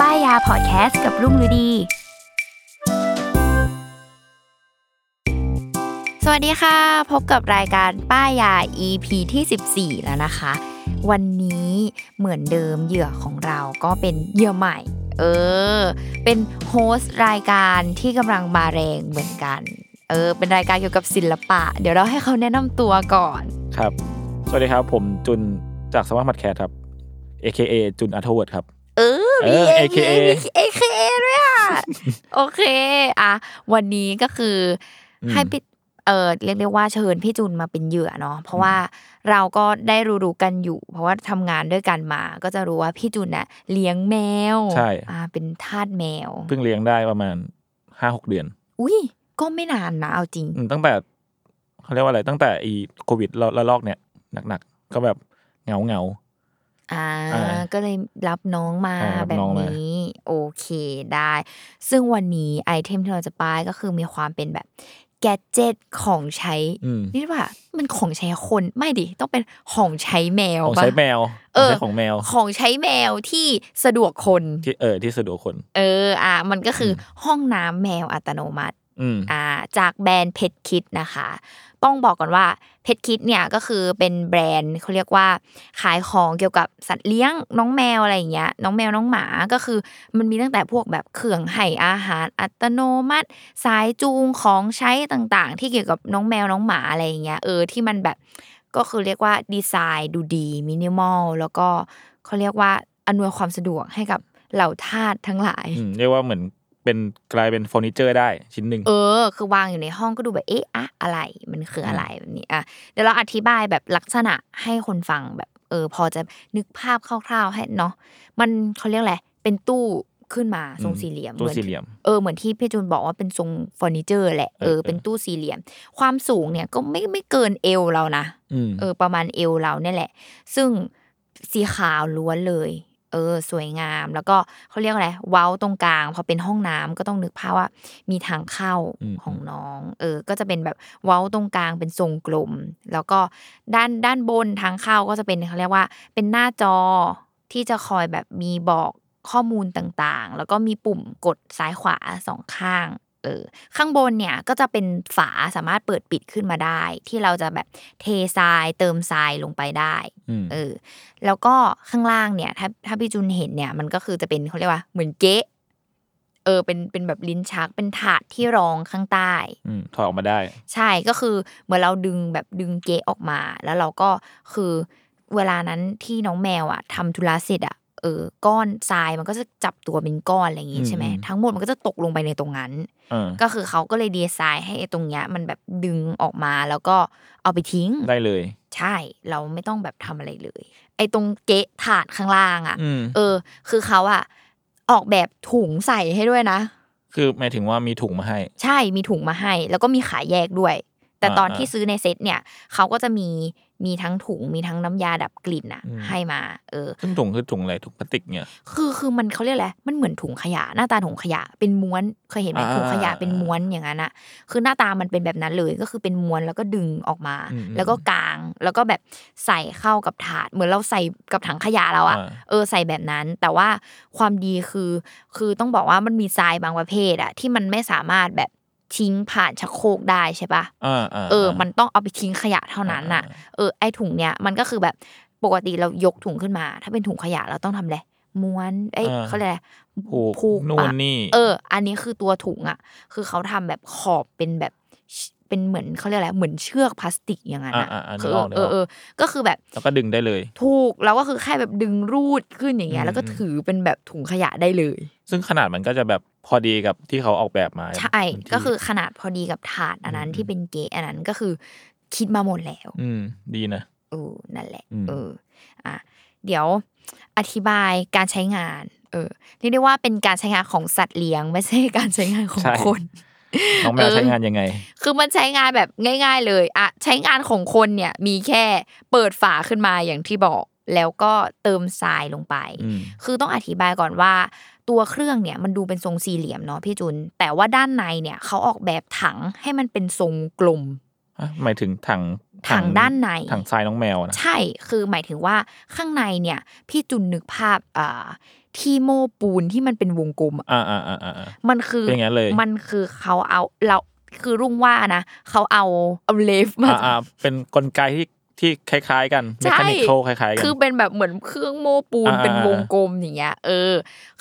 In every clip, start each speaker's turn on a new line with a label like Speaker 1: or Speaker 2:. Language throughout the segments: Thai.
Speaker 1: ป้ายยาพอดแคสต์กับรุ่งฤดี สวัสดีค่ะ พบกับรายการป้ายยา EP ที่ 14 แล้วนะคะ วันนี้เหมือนเดิมเหยื่อของเราก็เป็นเหยื่อใหม่ เออ เป็นโฮสต์รายการที่กำลังมาแรงเหมือนกัน เออ เป็นรายการเกี่ยวกับศิลปะ เดี๋ยวเราให้เขาแนะนำตัวก่อน
Speaker 2: ครับ สวัสดีครับ ผมจุนจากสมาร์ทมัดแคทครับ AKA จุนอัธวัตครับ
Speaker 1: เออมี
Speaker 2: เออ
Speaker 1: เอ
Speaker 2: AKA
Speaker 1: เอเคด้วย อ่ะ โอเค อ่ะ วันนี้ก็คืออ
Speaker 2: ม
Speaker 1: ให้พี่เออเรียกได้ว่าเชิญพี่จุนมาเป็นเหยื่อเนาะเพราะว่าเราก็ได้รู้ๆกันอยู่ เพราะว่าทำงานด้วยกันมา ก็จะรู้ว่าพี่จุนน่ะเลี้ยงแมว
Speaker 2: ใช่
Speaker 1: อ่า เป็นทาสแมว
Speaker 2: เพิ่งเลี้ยงได้ประมาณห้าหกเดือน
Speaker 1: อุ้ยก็ไม่นานนะเอาจริง
Speaker 2: อืมตั้งแต่เขาเรียกว่าอะไร ตั้งแต่อีโควิดระระลอกเนี่ยหนักๆ ก็แบบเหงาเหงา
Speaker 1: อ่า
Speaker 2: อ่า
Speaker 1: ก็เลยรับน้องมา
Speaker 2: ใช่รับ
Speaker 1: แบบ
Speaker 2: น้องมานี้
Speaker 1: นี้ โอเคได้ ซึ่งวันนี้ไอเทมที่เราจะป้ายก็คือมีความเป็นแบบแกเจ็ตของใช้
Speaker 2: ๆอืม
Speaker 1: นี่ว่ามันของใช้คนไม่ดิต้องเป็นของใช้แมว
Speaker 2: ของ
Speaker 1: ปะ
Speaker 2: ใช้แมว
Speaker 1: เออ
Speaker 2: ใช้ของแมว
Speaker 1: ของใช้แมวที่สะดวกคน
Speaker 2: ที่เออที่สะดวกคน
Speaker 1: เอออ่ะมันก็คืออ
Speaker 2: ม
Speaker 1: ห้องน้ำแมวอัตโนมัติ
Speaker 2: อืม
Speaker 1: อ่าจากแบรนด์เพชรคิดนะคะ ต้องบอกก่อนว่าเพชรคิดเนี่ยก็คือเป็นแบรนด์เขาเรียกว่า ขายของเกี่ยวกับสัตว์เลี้ยงน้องแมวอะไรอย่างเงี้ยน้องแมวน้องหมาก็คือ มันมีตั้งแต่พวกแบบเครื่องให้อาหารอัตโนมัติ สายจูงของใช้ต่างๆ ที่เกี่ยวกับน้องแมวน้องหมาอะไรอย่างเงี้ยเออที่มันแบบก็คือเรียกว่าดีไซน์ดูดีมินิมอลแล้วก็เขาเรียกว่าอำนวยความสะดวกให้กับเหล่าทาสทั้งหลาย
Speaker 2: อืม เรียกว่าเหมือนเป็นกลายเป็นเฟอร์นิเจอร์ได้ชิ้นหนึ่ง
Speaker 1: เออ คือวางอยู่ในห้องก็ดูแบบ เอ๊ะอะอะไร มันคืออะไรแบบนี้อ่ะ เดี๋ยวเราอธิบายแบบลักษณะให้คนฟังแบบ เออ พอจะนึกภาพคร่าวๆให้เนาะ มันเขาเรียกอะไร เป็นตู้ขึ้นมาทรง
Speaker 2: อืม
Speaker 1: สี่เหลี่ยม
Speaker 2: ตัว
Speaker 1: หอน
Speaker 2: สี่เหลี่ยม
Speaker 1: เออ เหมือนที่พี่จูนบอกว่าเป็นทรงเฟอร์นิเจอร์แหละ เอ
Speaker 2: เออ
Speaker 1: อ
Speaker 2: เออ
Speaker 1: เป็นตู้สี่เหลี่ยม ความสูงเนี่ยก็ไม่ไม่เกินเอวเรานะ
Speaker 2: อืม
Speaker 1: เออประมาณเอวเราเนี่ยแหละ ซึ่งสีขาวล้วนเลย เออ สวยงามแล้วก็เขาเรียกอะไรเว้าตรงกลางพอเป็นห้องน้ำก็ต้องนึกภาพว่า มีทางเข้า
Speaker 2: อืม
Speaker 1: ของน้อง เออ ก็จะเป็นแบบเว้าตรงกลางเป็นทรงกลม แล้วก็ด้านด้านบนทางเข้าก็จะเป็นเขาเรียกว่า เป็นหน้าจอที่จะคอยแบบมีบอกข้อมูลต่างๆ แล้วก็มีปุ่มกดซ้ายขวาสองข้าง เออข้างบนเนี่ยก็จะเป็นฝาสามารถเปิดปิดขึ้นมาได้ ที่เราจะแบบเททรายเติมทรายลงไปได้
Speaker 2: อืม
Speaker 1: เออ แล้วก็ข้างล่างเนี่ย ถ้าถ้าพี่จุนเห็นเนี่ย มันก็คือจะเป็นเขาเรียกว่าเหมือนเก๊ะเออ เป็นเป็นแบบลิ้นชักเป็นถาดที่รองข้างใต้
Speaker 2: อืมถอดออกมาได้
Speaker 1: ใช่ก็คือเหมือนเราดึงแบบดึงเกะออกมา แล้วเราก็คือเวลานั้นที่น้องแมวอ่ะทำธุระเสร็จอ่ะเออก้อนทรายมันก็จะจับตัวเป็นก้อนอะไรอย่างงี้ใช่ไหม
Speaker 2: อืมอืม
Speaker 1: ทั้งหมดมันก็จะตกลงไปในตรงนั้น
Speaker 2: เออ
Speaker 1: ก็คือเขาก็เลยดีไซน์ให้ไอ้ตรงเนี้ยมันแบบดึงออกมาแล้วก็เอาไปทิ้ง
Speaker 2: ได้เลย
Speaker 1: ใช่เราไม่ต้องแบบทำอะไรเลย ไอ้ตรงเกะถาดข้างล่างอ่ะ
Speaker 2: อืม
Speaker 1: เออ คือเขาอ่ะออกแบบถุงใส่ให้ด้วยนะ
Speaker 2: คือหมายถึงว่ามีถุงมาให้
Speaker 1: ใช่มีถุงมาให้ แล้วก็มีขายแยกด้วย แต่ตอน
Speaker 2: อ่า
Speaker 1: ที่ซื้อในเซตเนี่ยเขาก็จะมีมีทั้งถุงมีทั้งน้ำยาดับกลิ่นอ่ะ
Speaker 2: อืม
Speaker 1: ให้มา เออ
Speaker 2: ซึ่งถุงคือถุงอะไรถุงพลาสติกเนี่ย
Speaker 1: คือคือมันเขาเรียกอะไร มันเหมือนถุงขยะ หน้าตาถุงขยะเป็นม้วนเคยเห็นไหม
Speaker 2: อ่า
Speaker 1: ถุงขยะเป็น
Speaker 2: อ่า
Speaker 1: ม้วนอย่างนั้นอะคือหน้าตามันเป็นแบบนั้นเลยก็คือเป็นม้วนแล้วก็ดึงออกมา
Speaker 2: อืมอืม
Speaker 1: แล้วก็กางแล้วก็แบบใส่เข้ากับถาด เหมือนเราใส่กับถังขยะเราอะ
Speaker 2: อ่า
Speaker 1: เออใส่แบบนั้นแต่ว่าความดีคือ คือต้องบอกว่ามันมีทรายบางประเภทอะที่มันไม่สามารถแบบ ทิ้งผ่านชักโครกได้ใช่ปะ
Speaker 2: อ่าา
Speaker 1: เออ มันต้องเอาไปทิ้งขยะเท่านั้นน่ะ เออ ไอถุงเนี้ย มันก็คือแบบปกติเรายกถุงขึ้นมา ถ้าเป็นถุงขยะเราต้องทำอะไร ม้วน เอ้ยเขาเรียกอะไร
Speaker 2: ผูก
Speaker 1: ผูก
Speaker 2: นู่น
Speaker 1: ปะ
Speaker 2: นี่
Speaker 1: เออ อันนี้คือตัวถุงอ่ะ คือเขาทำแบบขอบเป็นแบบเชเป็นเหมือนเขาเรียกอะไร เหมือนเชือกพลาสติกอย่างนั้น
Speaker 2: อ่า
Speaker 1: น่ะ
Speaker 2: อ่าอ่า
Speaker 1: คื
Speaker 2: นึ
Speaker 1: อก
Speaker 2: ออกนึก
Speaker 1: เออ
Speaker 2: ออก
Speaker 1: เออ ก็คือแบบ
Speaker 2: แล้วก็ดึงได้เลย
Speaker 1: ถูกแล้วก็คือแค่แบบดึงรูดขึ้นอย่างเงี้
Speaker 2: อื
Speaker 1: ย
Speaker 2: ม
Speaker 1: แล้วก็ถือเป็นแบบถุงขยะได้เลย
Speaker 2: ซึ่งขนาดมันก็จะแบบพอดีกับที่เขาออกแบบมา
Speaker 1: ใช่
Speaker 2: พื้นที่
Speaker 1: ก็คือขนาดพอดีกับถาดอันนั้น
Speaker 2: อืม
Speaker 1: ที่เป็นเกะอันนั้นก็คือคิดมาหมดแล้ว
Speaker 2: อืม ดีนะ
Speaker 1: เออนั่นแหละ
Speaker 2: อืม
Speaker 1: เอออ่ะเดี๋ยวอธิบายการใช้งานเออเรียกได้ว่าเป็นการใช้งานของสัตว์เลี้ยง ไม่ใช่การใช้งานของ
Speaker 2: ใช่
Speaker 1: คน
Speaker 2: น้องแมว
Speaker 1: เออ
Speaker 2: ใช้งานยังไง
Speaker 1: คือมันใช้งานแบบง่าย ๆ เลยอ่ะใช้งานของคนเนี่ยมีแค่เปิดฝาขึ้นมาอย่างที่บอก แล้วก็เติมทรายลงไป
Speaker 2: อืม
Speaker 1: คือต้องอธิบายก่อนว่า ตัวเครื่องเนี่ยมันดูเป็นทรงสี่เหลี่ยมเนาะพี่จุน แต่ว่าด้านในเนี่ยเขาออกแบบถังให้มันเป็นทรงกลม
Speaker 2: อ่ะหมายถึงถัง
Speaker 1: ถังด้านใน
Speaker 2: ถังทรายน้องแมวนะ
Speaker 1: ใช่ คือหมายถึงว่าข้างในเนี่ย พี่จุนนึกภาพอ่าที่โม้ปูนที่มันเป็นวงกลมอะ
Speaker 2: อ่าอ่าอ่าอ่า
Speaker 1: มันคือ
Speaker 2: เป็นอย่างนั้นเลย
Speaker 1: มันคือเขาเอาเราคือรุ่งว่านะเขาเอาเอาเลฟมา
Speaker 2: อ่าอ่าเป็นกลไกที่ที่คล้ายๆกันเม
Speaker 1: ใช่
Speaker 2: คานิคอลคล้ายๆกัน
Speaker 1: คือเป็นแบบเหมือนเครื่องโม้ปูน
Speaker 2: อ่า
Speaker 1: เป็น
Speaker 2: อ่าว
Speaker 1: งกลมอย่างเงี้ยเออ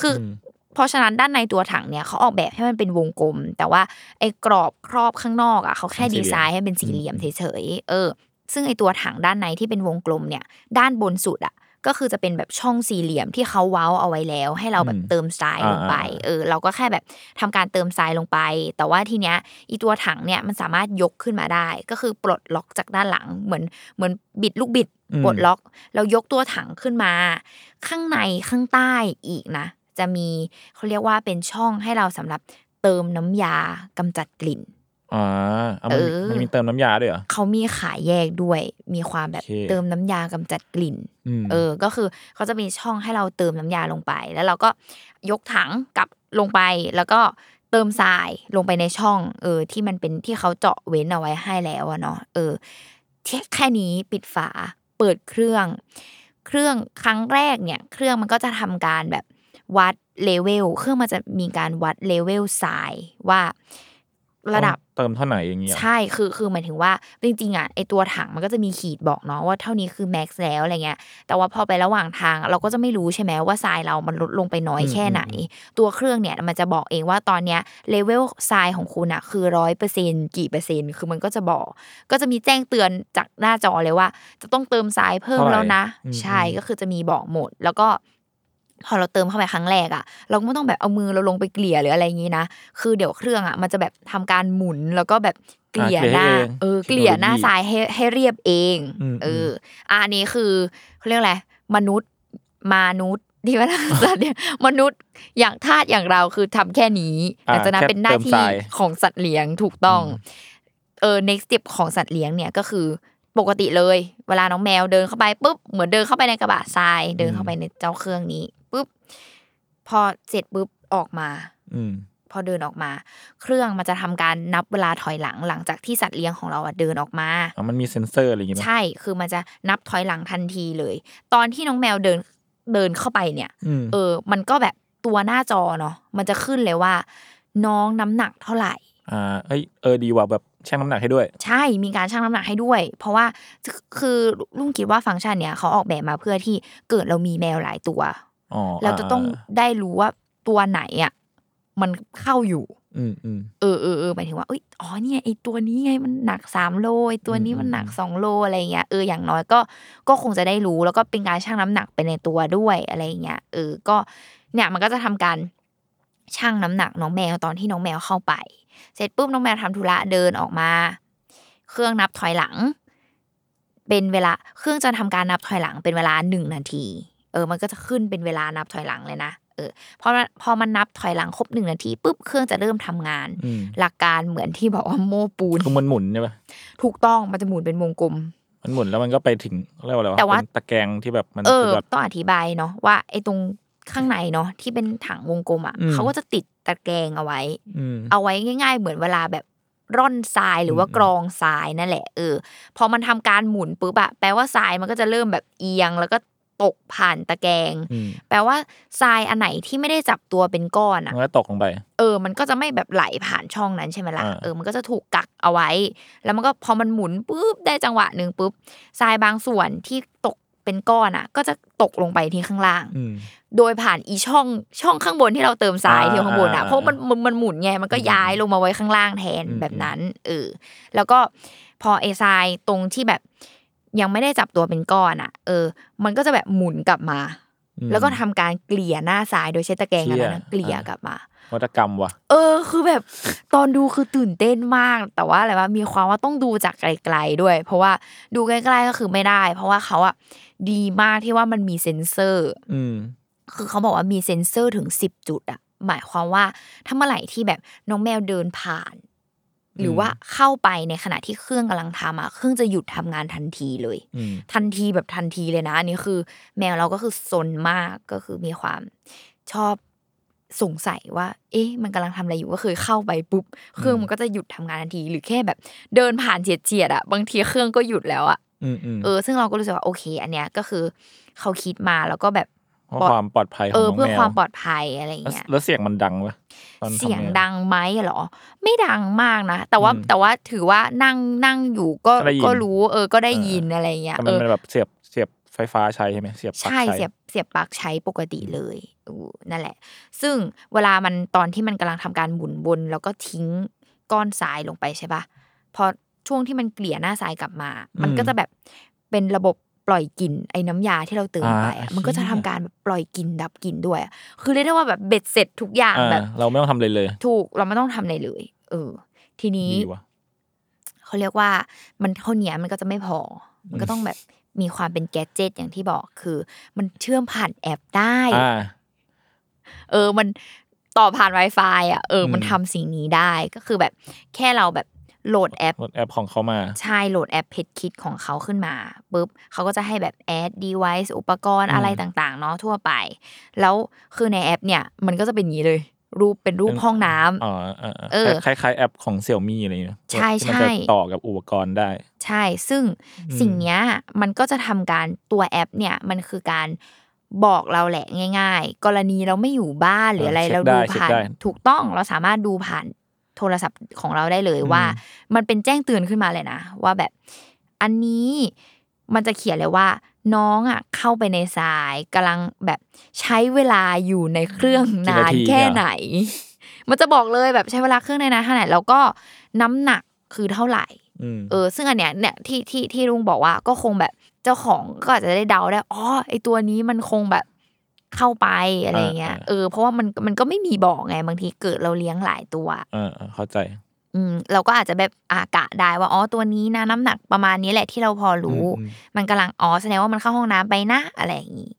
Speaker 1: คืออ
Speaker 2: ม
Speaker 1: เพราะฉะนั้นด้านในตัวถังเนี่ยเขาออกแบบให้มันเป็นวงกลม แต่ว่าไอ้กรอบครอบข้างนอกอ่ะเขาแค่ดีไซน์ให้เป็นสี่เหลี่ยมเฉยๆเออ ซึ่งไอ้ตัวถังด้านในที่เป็นวงกลมเนี่ย ด้านบนสุดอ่ะ ก็คือจะเป็นแบบช่องสี่เหลี่ยมที่เขาเว้าเอาไว้แล้ว ให้เราแบบ
Speaker 2: อืม
Speaker 1: เติมทรายลงไป
Speaker 2: อ่าๆ
Speaker 1: เออ เราก็แค่แบบทำการเติมทรายลงไป แต่ว่าทีเนี้ยอีตัวถังเนี่ยมันสามารถยกขึ้นมาได้ ก็คือปลดล็อกจากด้านหลังเหมือนเหมือนบิดลูกบิด
Speaker 2: อืม
Speaker 1: ปลดล็อกแล้วยกตัวถังขึ้นมา ข้างในข้างใต้อีกนะ จะมีเขาเรียกว่าเป็นช่องให้เราสำหรับเติมน้ำยากำจัดกลิ่น
Speaker 2: อ่าเอา
Speaker 1: เออ
Speaker 2: มันมีมันมีเติมน้ำยาด้วยเหรอ
Speaker 1: เขามีขายแยกด้วย มีความแบบ
Speaker 2: โอเค
Speaker 1: เติมน้ำยากำจัดกลิ่น
Speaker 2: อืม
Speaker 1: เออ ก็คือเขาจะมีช่องให้เราเติมน้ำยาลงไป แล้วเราก็ยกถังกลับลงไป แล้วก็เติมทรายลงไปในช่อง เออ ที่มันเป็นที่เขาเจาะเว้นเอาไว้ให้แล้วอะเนาะ เออที่แค่นี้ปิดฝา เปิดเครื่อง เครื่องครั้งแรกเนี่ย เครื่องมันก็จะทำการแบบวัดเลเวล เครื่องมันจะมีการวัดเลเวลทรายว่าระดับ
Speaker 2: เติมเท่าไหร่อย่างเงี้ย
Speaker 1: ใช่ คือ คือ หมายถึงว่า จริงๆ อ่ะ ไอตัวถังมันก็จะมีขีดบอกเนาะว่าเท่านี้คือแม็กซ์แล้วอะไรเงี้ย แต่ว่าพอไประหว่างทางเราก็จะไม่รู้ใช่ไหมว่าทรายเรามันลดลงไปน้อย
Speaker 2: อืม
Speaker 1: แค่ไหน ตัวเครื่องเนี่ยมันจะบอกเองว่าตอนเนี้ยเลเวลทรายของคุณอ่ะคือร้อยเปอร์เซ็นกี่เปอร์เซ็นต์คือมันก็จะบอก ก็จะมีแจ้งเตือนจากหน้าจอเลยว่า จะต้องเติมทรายเพิ่ม
Speaker 2: เท่าไหร่
Speaker 1: แล้วนะ
Speaker 2: อืม
Speaker 1: ใช่
Speaker 2: อืม
Speaker 1: ก็คือจะมีบอกหมด แล้วก็ พอเราเติมเข้าไปครั้งแรกอ่ะ เราก็ไม่ต้องแบบเอามือเราลงไปเกลี่ยหรืออะไรอย่างนี้นะ คือเดี๋ยวเครื่องอ่ะมันจะแบบทำการหมุนแล้วก็แบบเกลี่ย
Speaker 2: อ่าเก
Speaker 1: ห
Speaker 2: ลี่ย
Speaker 1: น้า
Speaker 2: ให้เอง
Speaker 1: เออเกลี่ยหน้า
Speaker 2: เทคโนโลยี
Speaker 1: ซ้ายให้ให้เรียบเอง
Speaker 2: อืม
Speaker 1: เอออ่ะอันนี้คือเขาเรียกอะไรมนุษย์มนุษย์ที่ว่าสัตว์เนี่ย มนุษย์อย่างทาสอย่างเราคือทำแค่นี้ห
Speaker 2: อ่า
Speaker 1: ลังจากนั้น
Speaker 2: แค่
Speaker 1: เป็นหน้า
Speaker 2: เติมท
Speaker 1: ที่
Speaker 2: ราย
Speaker 1: ของสัตว์เลี้ยงถูกต้อง
Speaker 2: อืม
Speaker 1: เออ next step ของสัตว์เลี้ยงเนี่ยก็คือปกติเลยเวลาน้องแมวเดินเข้าไปปุ๊บเหมือนเดินเข้าไปในกระบะทราย เดินเข้าไปในเจ้าเครื่องนี้ปุ๊บพอเสร็จปุ๊บออกมา
Speaker 2: อืม
Speaker 1: พอเดินออกมา เครื่องมันจะทำการนับเวลาถอยหลังหลังจากที่สัตว์เลี้ยงของเราอะเดินออกมา
Speaker 2: อ่ะมันมีเซ็นเซอร์อะไรอย่างงี้ไหม
Speaker 1: ใช่คือมันจะนับถอยหลังทันทีเลย ตอนที่น้องแมวเดินเดินเข้าไปเนี่ย
Speaker 2: อืม
Speaker 1: เออ มันก็แบบตัวหน้าจอเนาะมันจะขึ้นเลยว่า น้องน้ำหนักเท่าไหร่
Speaker 2: อ่า เอ้ย เออ ดีว่ะแบบชั่งน้ำหนักให้ด้วย
Speaker 1: ใช่ มีการชั่งน้ำหนักให้ด้วย เพราะว่าคือลุงคิดว่าฟังก์ชันเนี่ยเขาออกแบบมาเพื่อที่เกิดเรามีแมวหลายตัว
Speaker 2: อ๋อ
Speaker 1: เราจะต้องได้รู้ว่าตัวไหนอ่ะมันเข้าอยู่
Speaker 2: อืมอืม
Speaker 1: เออเออเออหมายถึงว่าเอ้ยอ๋อเนี่ยไอตัวนี้ไงมันหนักสามโลไอตัวนี้
Speaker 2: อืม
Speaker 1: มันหนัก
Speaker 2: อืม
Speaker 1: สองโลอะไรเงี้ยเอออย่างน้อยก็ก็คงจะได้รู้แล้วก็เป็นการชั่งน้ำหนักไปในตัวด้วยอะไรเงี้ยเออก็เนี่ยมันก็จะทำการชั่งน้ำหนักน้องแมวตอนที่น้องแมวเข้าไป เสร็จปุ๊บน้องแมวทำธุระเดินออกมา เครื่องนับถอยหลัง เป็นเวลาเครื่องจะทำการนับถอยหลังเป็นเวลาหนึ่งนาที เออ มันก็จะขึ้นเป็นเวลานับถอยหลังเลยนะเออพอมันพอมันนับถอยหลังครบหนึ่งนาทีปุ๊บเครื่องจะเริ่มทำงาน
Speaker 2: อืม
Speaker 1: หลักการเหมือนที่บอกว่าโม้ ปูน
Speaker 2: คือมันหมุนใช่ปะ
Speaker 1: ถูกต้องมันจะหมุนเป็นวงกลม
Speaker 2: มันหมุนแล้วมันก็ไปถึงเรียกว่าอะไรวะ
Speaker 1: แต่ว่า
Speaker 2: เป็นตะแกรงที่แบบมัน
Speaker 1: เออ
Speaker 2: คือแบบ
Speaker 1: ต้องอธิบายเนาะว่าไอ้ตรงข้างในเนาะที่เป็นถังวงกลมอ่ะ
Speaker 2: อืม
Speaker 1: เขาก็จะติดตะแกรงเอาไว้
Speaker 2: อืม
Speaker 1: เอาไว้ง่าย ๆ เหมือนเวลาแบบร่อนทรายหรือว่า
Speaker 2: อืม
Speaker 1: กรองทรายนั่นแหละเออพอมันทำการหมุนปุ๊บอะแปลว่าทรายมันก็จะเริ่มแบบเอียงแล้วก็ ตกผ่านตะแกรง
Speaker 2: อืม
Speaker 1: แปลว่าทรายอันไหนที่ไม่ได้จับตัวเป็นก้อนอะ
Speaker 2: มันก็ตกลงไป
Speaker 1: เออมันก็จะไม่แบบไหลผ่านช่องนั้นใช่ไหมล่ะ
Speaker 2: อ่า
Speaker 1: เออมันก็จะถูกกักเอาไว้ แล้วมันก็พอมันหมุนปุ๊บได้จังหวะหนึ่งปุ๊บทรายบางส่วนที่ตกเป็นก้อนอะก็จะตกลงไปที่ข้างล่าง
Speaker 2: อืม
Speaker 1: โดยผ่านอีช่องช่องข้างบนที่เราเติมทราย
Speaker 2: อ่า
Speaker 1: ที่ข้างบนอ่ะ
Speaker 2: อ่า
Speaker 1: เพราะมันมันมันหมุนไงมันก็
Speaker 2: อืม
Speaker 1: ย้ายลงมาไว้ข้างล่างแทน
Speaker 2: อืม
Speaker 1: แบบนั้นเออแล้วก็พอไอทรายตรงที่แบบยังไม่ได้จับตัวเป็นก้อนอ่ะ เออ มันก็จะแบบหมุนกลับมา
Speaker 2: อืม
Speaker 1: แล้วก็ทำการเกลี่ยหน้าทรายโดยใช้ตะแกรงอันนั้นนะ
Speaker 2: เชี่ย
Speaker 1: เกลี่ย
Speaker 2: อ่ากก
Speaker 1: ลับมา
Speaker 2: วัตกรรมว่ะ
Speaker 1: เออ คือแบบตอนดูคือตื่นเต้นมาก แต่ว่าอะไรว่ามีความว่าต้องดูจากไกลๆด้วย เพราะว่าดูใกล้ๆก็คือไม่ได้ เพราะว่าเขาอ่ะดีมากที่ว่ามันมีเซ็นเซอร์
Speaker 2: อืม
Speaker 1: คือเขาบอกว่ามีเซ็นเซอร์ถึงสิบจุดอะหมายความว่าถ้าเมื่อไหร่ที่แบบน้องแมวเดินผ่าน หรือว่าเข้าไปในขณะที่เครื่องกำลังทำอะเครื่องจะหยุดทำงานทันทีเลย
Speaker 2: อืม
Speaker 1: ทันทีแบบทันทีเลยนะอันนี้คือ แมวเราก็คือซนมากก็คือมีความชอบสงสัยว่า เอ๊ะ มันกำลังทำอะไรอยู่ก็คือเข้าไปปุ๊บเครื่องมันก็จะหยุดทำงานทันที หรือแค่แบบเดินผ่านเฉียดๆอะบางทีเครื่องก็หยุดแล้วอะ
Speaker 2: อืมอืม
Speaker 1: เออซึ่งเราก็รู้สึกว่าโอเค อันเนี้ยก็คือเขาคิดมาแล้วก็แบบ
Speaker 2: เพราะความปลอดภัยข
Speaker 1: เออ
Speaker 2: องน้องแมว
Speaker 1: เพื่อความปลอดภัยอะไรอย่างเงี้ย
Speaker 2: แล้วแล้วเสียงมันดังปะตอนทำ
Speaker 1: เสียง
Speaker 2: นี่
Speaker 1: ดังไหมเหรอ ไม่ดังมากนะ แต่ว่า
Speaker 2: อืม
Speaker 1: แต่ว่าถือว่านั่งนั่งอยู่ก็
Speaker 2: ก็ได้ยิน
Speaker 1: ก็รู้ เออก็ได้ยิน
Speaker 2: เอออ
Speaker 1: อะไรอย่างเงี้ย
Speaker 2: แต่
Speaker 1: เออ
Speaker 2: มันมันแบบเสียบเสียบไฟฟ้าใช้ใช่ไหมเสียบปลั๊ก
Speaker 1: ใช่เสียบเสียบปลั๊กใช้ปกติเลยอู้นั่นแหละ ซึ่งเวลามันตอนที่มันกำลังทำการหมุนวนแล้วก็ทิ้งก้อนทรายลงไปใช่ปะพอช่วงที่มันเกลี่ยหน้าทรายกลับมา มันก็จะแบบเป็นระบบปล่อยกลิ่นไอ้น้ำยาที่เราเติมไปอะมันก็จะทำการแบบปล่อยกลิ่นดับกลิ่นด้วยอะคือเรียกได้ว่าแบบเบ็ดเสร็จทุกอย่าง
Speaker 2: อ่า
Speaker 1: แบบ
Speaker 2: เราไม่ต้องทำเลยเลย
Speaker 1: ถูกเราไม่ต้องทำอะไรเลย เออ ทีนี้
Speaker 2: ดีว่ะ
Speaker 1: เขาเรียกว่ามันเท่าเนี้ยมันก็จะไม่พอ มันก็ต้องแบบมีความเป็นแกดเจิตอย่างที่บอกคือ มันเชื่อมผ่านแอปได้
Speaker 2: อ่า
Speaker 1: เออ มันต่อผ่าน Wi-Fi อ่ะเอออ
Speaker 2: ม
Speaker 1: มันทำสิ่งนี้ได้ก็คือแบบแค่เราแบบโหลดแอป
Speaker 2: โหลดแอปของเขามา
Speaker 1: ใช่โหลดแอปเพจคิดของเขาขึ้นมาปุ๊บเขาก็จะให้แบบ แอด device อุปกรณ์
Speaker 2: อืม
Speaker 1: อะไรต่างๆ เนาะทั่วไป แล้วคือในแอปเนี่ย มันก็จะเป็นอย่างนี้เลย รูปเป็นรูป
Speaker 2: เป็น
Speaker 1: ห้องน้ำ
Speaker 2: อ๋ออ่า
Speaker 1: เออ
Speaker 2: คล้ายคล้ายๆแอปของเซี่ยมี่อะไรอย่างเงี้ย
Speaker 1: ใช่
Speaker 2: ที่มันจะ
Speaker 1: ใช่
Speaker 2: ต่อกับอุปกรณ์ได้
Speaker 1: ใช่ ซึ่ง
Speaker 2: อืม
Speaker 1: สิ่งเนี้ยมันก็จะทำการตัวแอปเนี่ยมันคือการบอกเราแหละง่าย ๆ กรณีเราไม่อยู่บ้านหรืออะไร
Speaker 2: เช็ค
Speaker 1: เรา
Speaker 2: ได้
Speaker 1: ดู
Speaker 2: เช็ค
Speaker 1: ผ่าน
Speaker 2: ได้
Speaker 1: ถูกต้องเราสามารถดูผ่านโทรศัพท์ของเราได้เลยว่า มันเป็นแจ้งเตือนขึ้นมาเลยนะ ว่าแบบอันนี้มันจะเขียนเลยว่า น้องอ่ะเข้าไปในสายกำลังแบบใช้เวลาอยู่ในเครื่องนาน
Speaker 2: กี่าน ที
Speaker 1: แค่
Speaker 2: เนี่ย
Speaker 1: ไหน มันจะบอกเลยแบบใช้เวลาเครื่องในนานเท่าไหร่แล้วก็น้ำหนักคือเท่าไหร่
Speaker 2: อืม
Speaker 1: เออซึ่งอันเนี้ยเนี่ยที่ที่ที่ลุงบอกว่าก็คงแบบเจ้าของก็อาจจะได้เดาได้อ๋อไอตัวนี้มันคงแบบเข้าไปอะไรเงี้ยเออเพราะว่ามันมันก็ไม่มีบอกไงบางทีเกิดเราเลี้ยงหลายตัว
Speaker 2: อ่าอ่าเข้าใจ
Speaker 1: อืมเราก็อาจจะแบบอากะได้ว่าอ๋อตัวนี้นะน้ำหนักประมาณนี้แหละที่เราพอรู้
Speaker 2: อืมอืม
Speaker 1: มันกำลังอ๋อแสดงว่ามันเข้าห้องน้ำไปนะอะไรอย่างนี้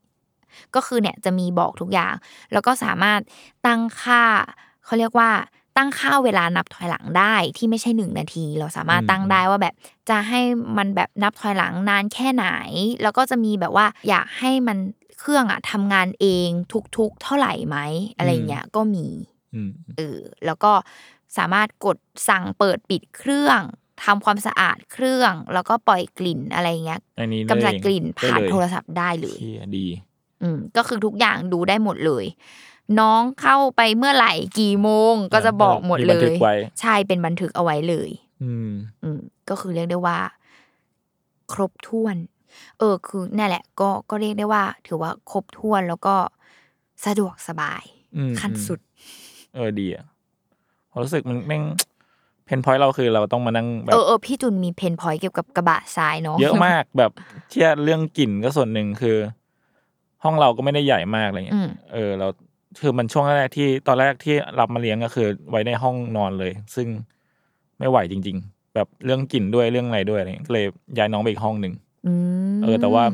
Speaker 1: ก็คือเนี่ยจะมีบอกทุกอย่าง แล้วก็สามารถตั้งค่าเขาเรียกว่าตั้งค่าเวลานับถอยหลังได้ที่ไม่ใช่หนึ่งนาที เราสามารถตั้งได้ว่าแบบ จะให้มันแบบนับถอยหลังนานแค่ไหน แล้วก็จะมีแบบว่าอยากให้มันเครื่องอะทำงานเองทุกๆ เท่าไหร่ไหมอะไรอย่างเงี้ยก็มี
Speaker 2: อืม
Speaker 1: เออแล้วก็สามารถกดสั่งเปิดปิดเครื่องทำความสะอาดเครื่อง แล้วก็ปล่อยกลิ่นอะไรเงี้ย
Speaker 2: อันนี้
Speaker 1: กำจัดกลิ่นผ่าน
Speaker 2: ได้เลย
Speaker 1: โทรศัพท์ได้เลย
Speaker 2: เชี่ยดี
Speaker 1: อืมก็คือทุกอย่างดูได้หมดเลย น้องเข้าไปเมื่อไหร่กี่โมงก็จะบอกหมดเล
Speaker 2: บันทึ
Speaker 1: ย
Speaker 2: กไว้
Speaker 1: ใช่เป็นบันทึกเอาไว้เลย
Speaker 2: อืม
Speaker 1: อืมก็คือเรียกได้ว่า ครบถ้วน เออ คือนั่นแหละ ก็ก็เรียกได้ว่า ถือว่าครบถ้วนแล้วก็สะดวกสบาย
Speaker 2: อืม
Speaker 1: ขั้น
Speaker 2: อืม
Speaker 1: สุด
Speaker 2: เออดีอ่ะผมรู้สึกมันแม่ง เพนพอยต์เราคือเราต้องมานั่งแบ
Speaker 1: เอบ อเออพี่จุนมีเพนพอยเกี่ยวกับกระบะทรายเนาะ
Speaker 2: เยอะมากแบบเที่ยเรื่องกลิ่นก็ส่วนหนึ่งคือ ห้องเราก็ไม่ได้ใหญ่มากอะไรเงี้ย
Speaker 1: อืม
Speaker 2: เออเราคือมันช่วงแรกที่ตอนแรกที่รับมาเลี้ยงก็คือ ไว้ในห้องนอนเลย ซึ่งไม่ไหวจริง ๆ แบบเรื่องกลิ่นด้วยเรื่องอะไรด้วยอะไรเงี้ยก็เลยย้ายน้องไปอีกห้องหนึ่ง
Speaker 1: อืม
Speaker 2: เออ แต่ว่า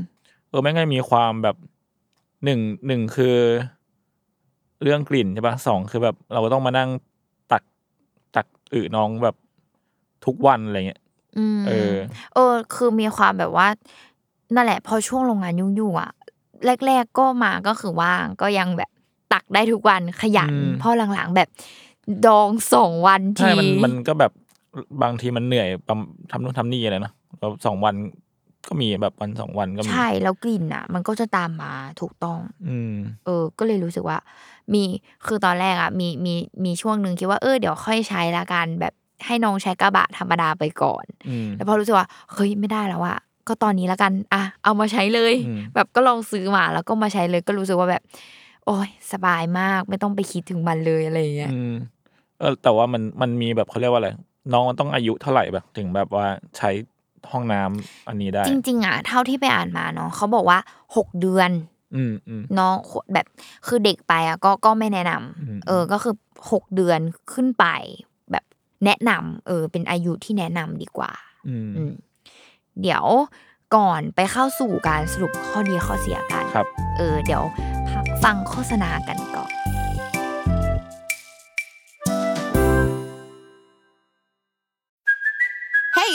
Speaker 2: เออแม่งก็มีความแบบหนึ่งหนึ่งคือ เรื่องกลิ่นใช่ปะสองคือแบบ เราก็ต้องมานั่งตักตักอึน้องแบบทุกวันอะไรเงี้ย
Speaker 1: อืม
Speaker 2: เออ
Speaker 1: เออ คือมีความแบบว่า นั่นแหละ พอช่วงโรงงานยุ่งๆอ่ะ แรก ๆก็มาก็คือว่างก็ยังแบบตักได้ทุกวันขยัน
Speaker 2: อืม
Speaker 1: พอหลังๆแบบดองสองวันที
Speaker 2: ใช่มันมันก็แบบบางทีมันเหนื่อยปั๊มทำนู่นทำนี่อะไรเนอะแบบสองวัน ก็มีแบบวันสองวันก็มี
Speaker 1: ใช่แล้วกลิ่นอ่ะ มันก็จะตามมาถูกต้อง
Speaker 2: อืม
Speaker 1: เออ ก็เลยรู้สึกว่า มีคือตอนแรกอ่ะ มีมีมีช่วงหนึ่งคิดว่าเออเดี๋ยวค่อยใช้ละกันแบบให้น้องใช้กระบะธรรมดาไปก่อน
Speaker 2: อืม
Speaker 1: แล้วพอรู้สึกว่าเฮ้ยไม่ได้แล้วอะก็ตอนนี้ละกันอะเอามาใช้เลย
Speaker 2: อืม
Speaker 1: แบบก็ลองซื้อมาแล้วก็มาใช้เลยก็รู้สึกว่าแบบ โอ้ยสบายมากไม่ต้องไปคิดถึงมันเลยอะไรอย่างเงี้ย
Speaker 2: อืมเออแต่ว่ามันมันมีแบบเขาเรียกว่าอะไรน้องมันต้องอายุเท่าไหร่แบบถึงแบบว่าใช้ห้องน้ำอันนี้ได้
Speaker 1: จริง ๆอะเท่าที่ไปอ่านมาเนาะเขาบอกว่าหกเดือน
Speaker 2: อืมอืม
Speaker 1: น้องแบบคือเด็กไปอ่ะก็ก็ไม่แนะนำ
Speaker 2: อืม
Speaker 1: เออ ก็คือหกเดือนขึ้นไป แบบแนะนำเออ เป็นอายุที่แนะนำดีกว่า
Speaker 2: อืม
Speaker 1: อืมเดี๋ยวก่อนไปเข้าสู่การสรุปข้อดีข้อเสียกัน
Speaker 2: ครับ
Speaker 1: เออเดี๋ยวพักฟังโฆษณากันก่อน
Speaker 3: Hey,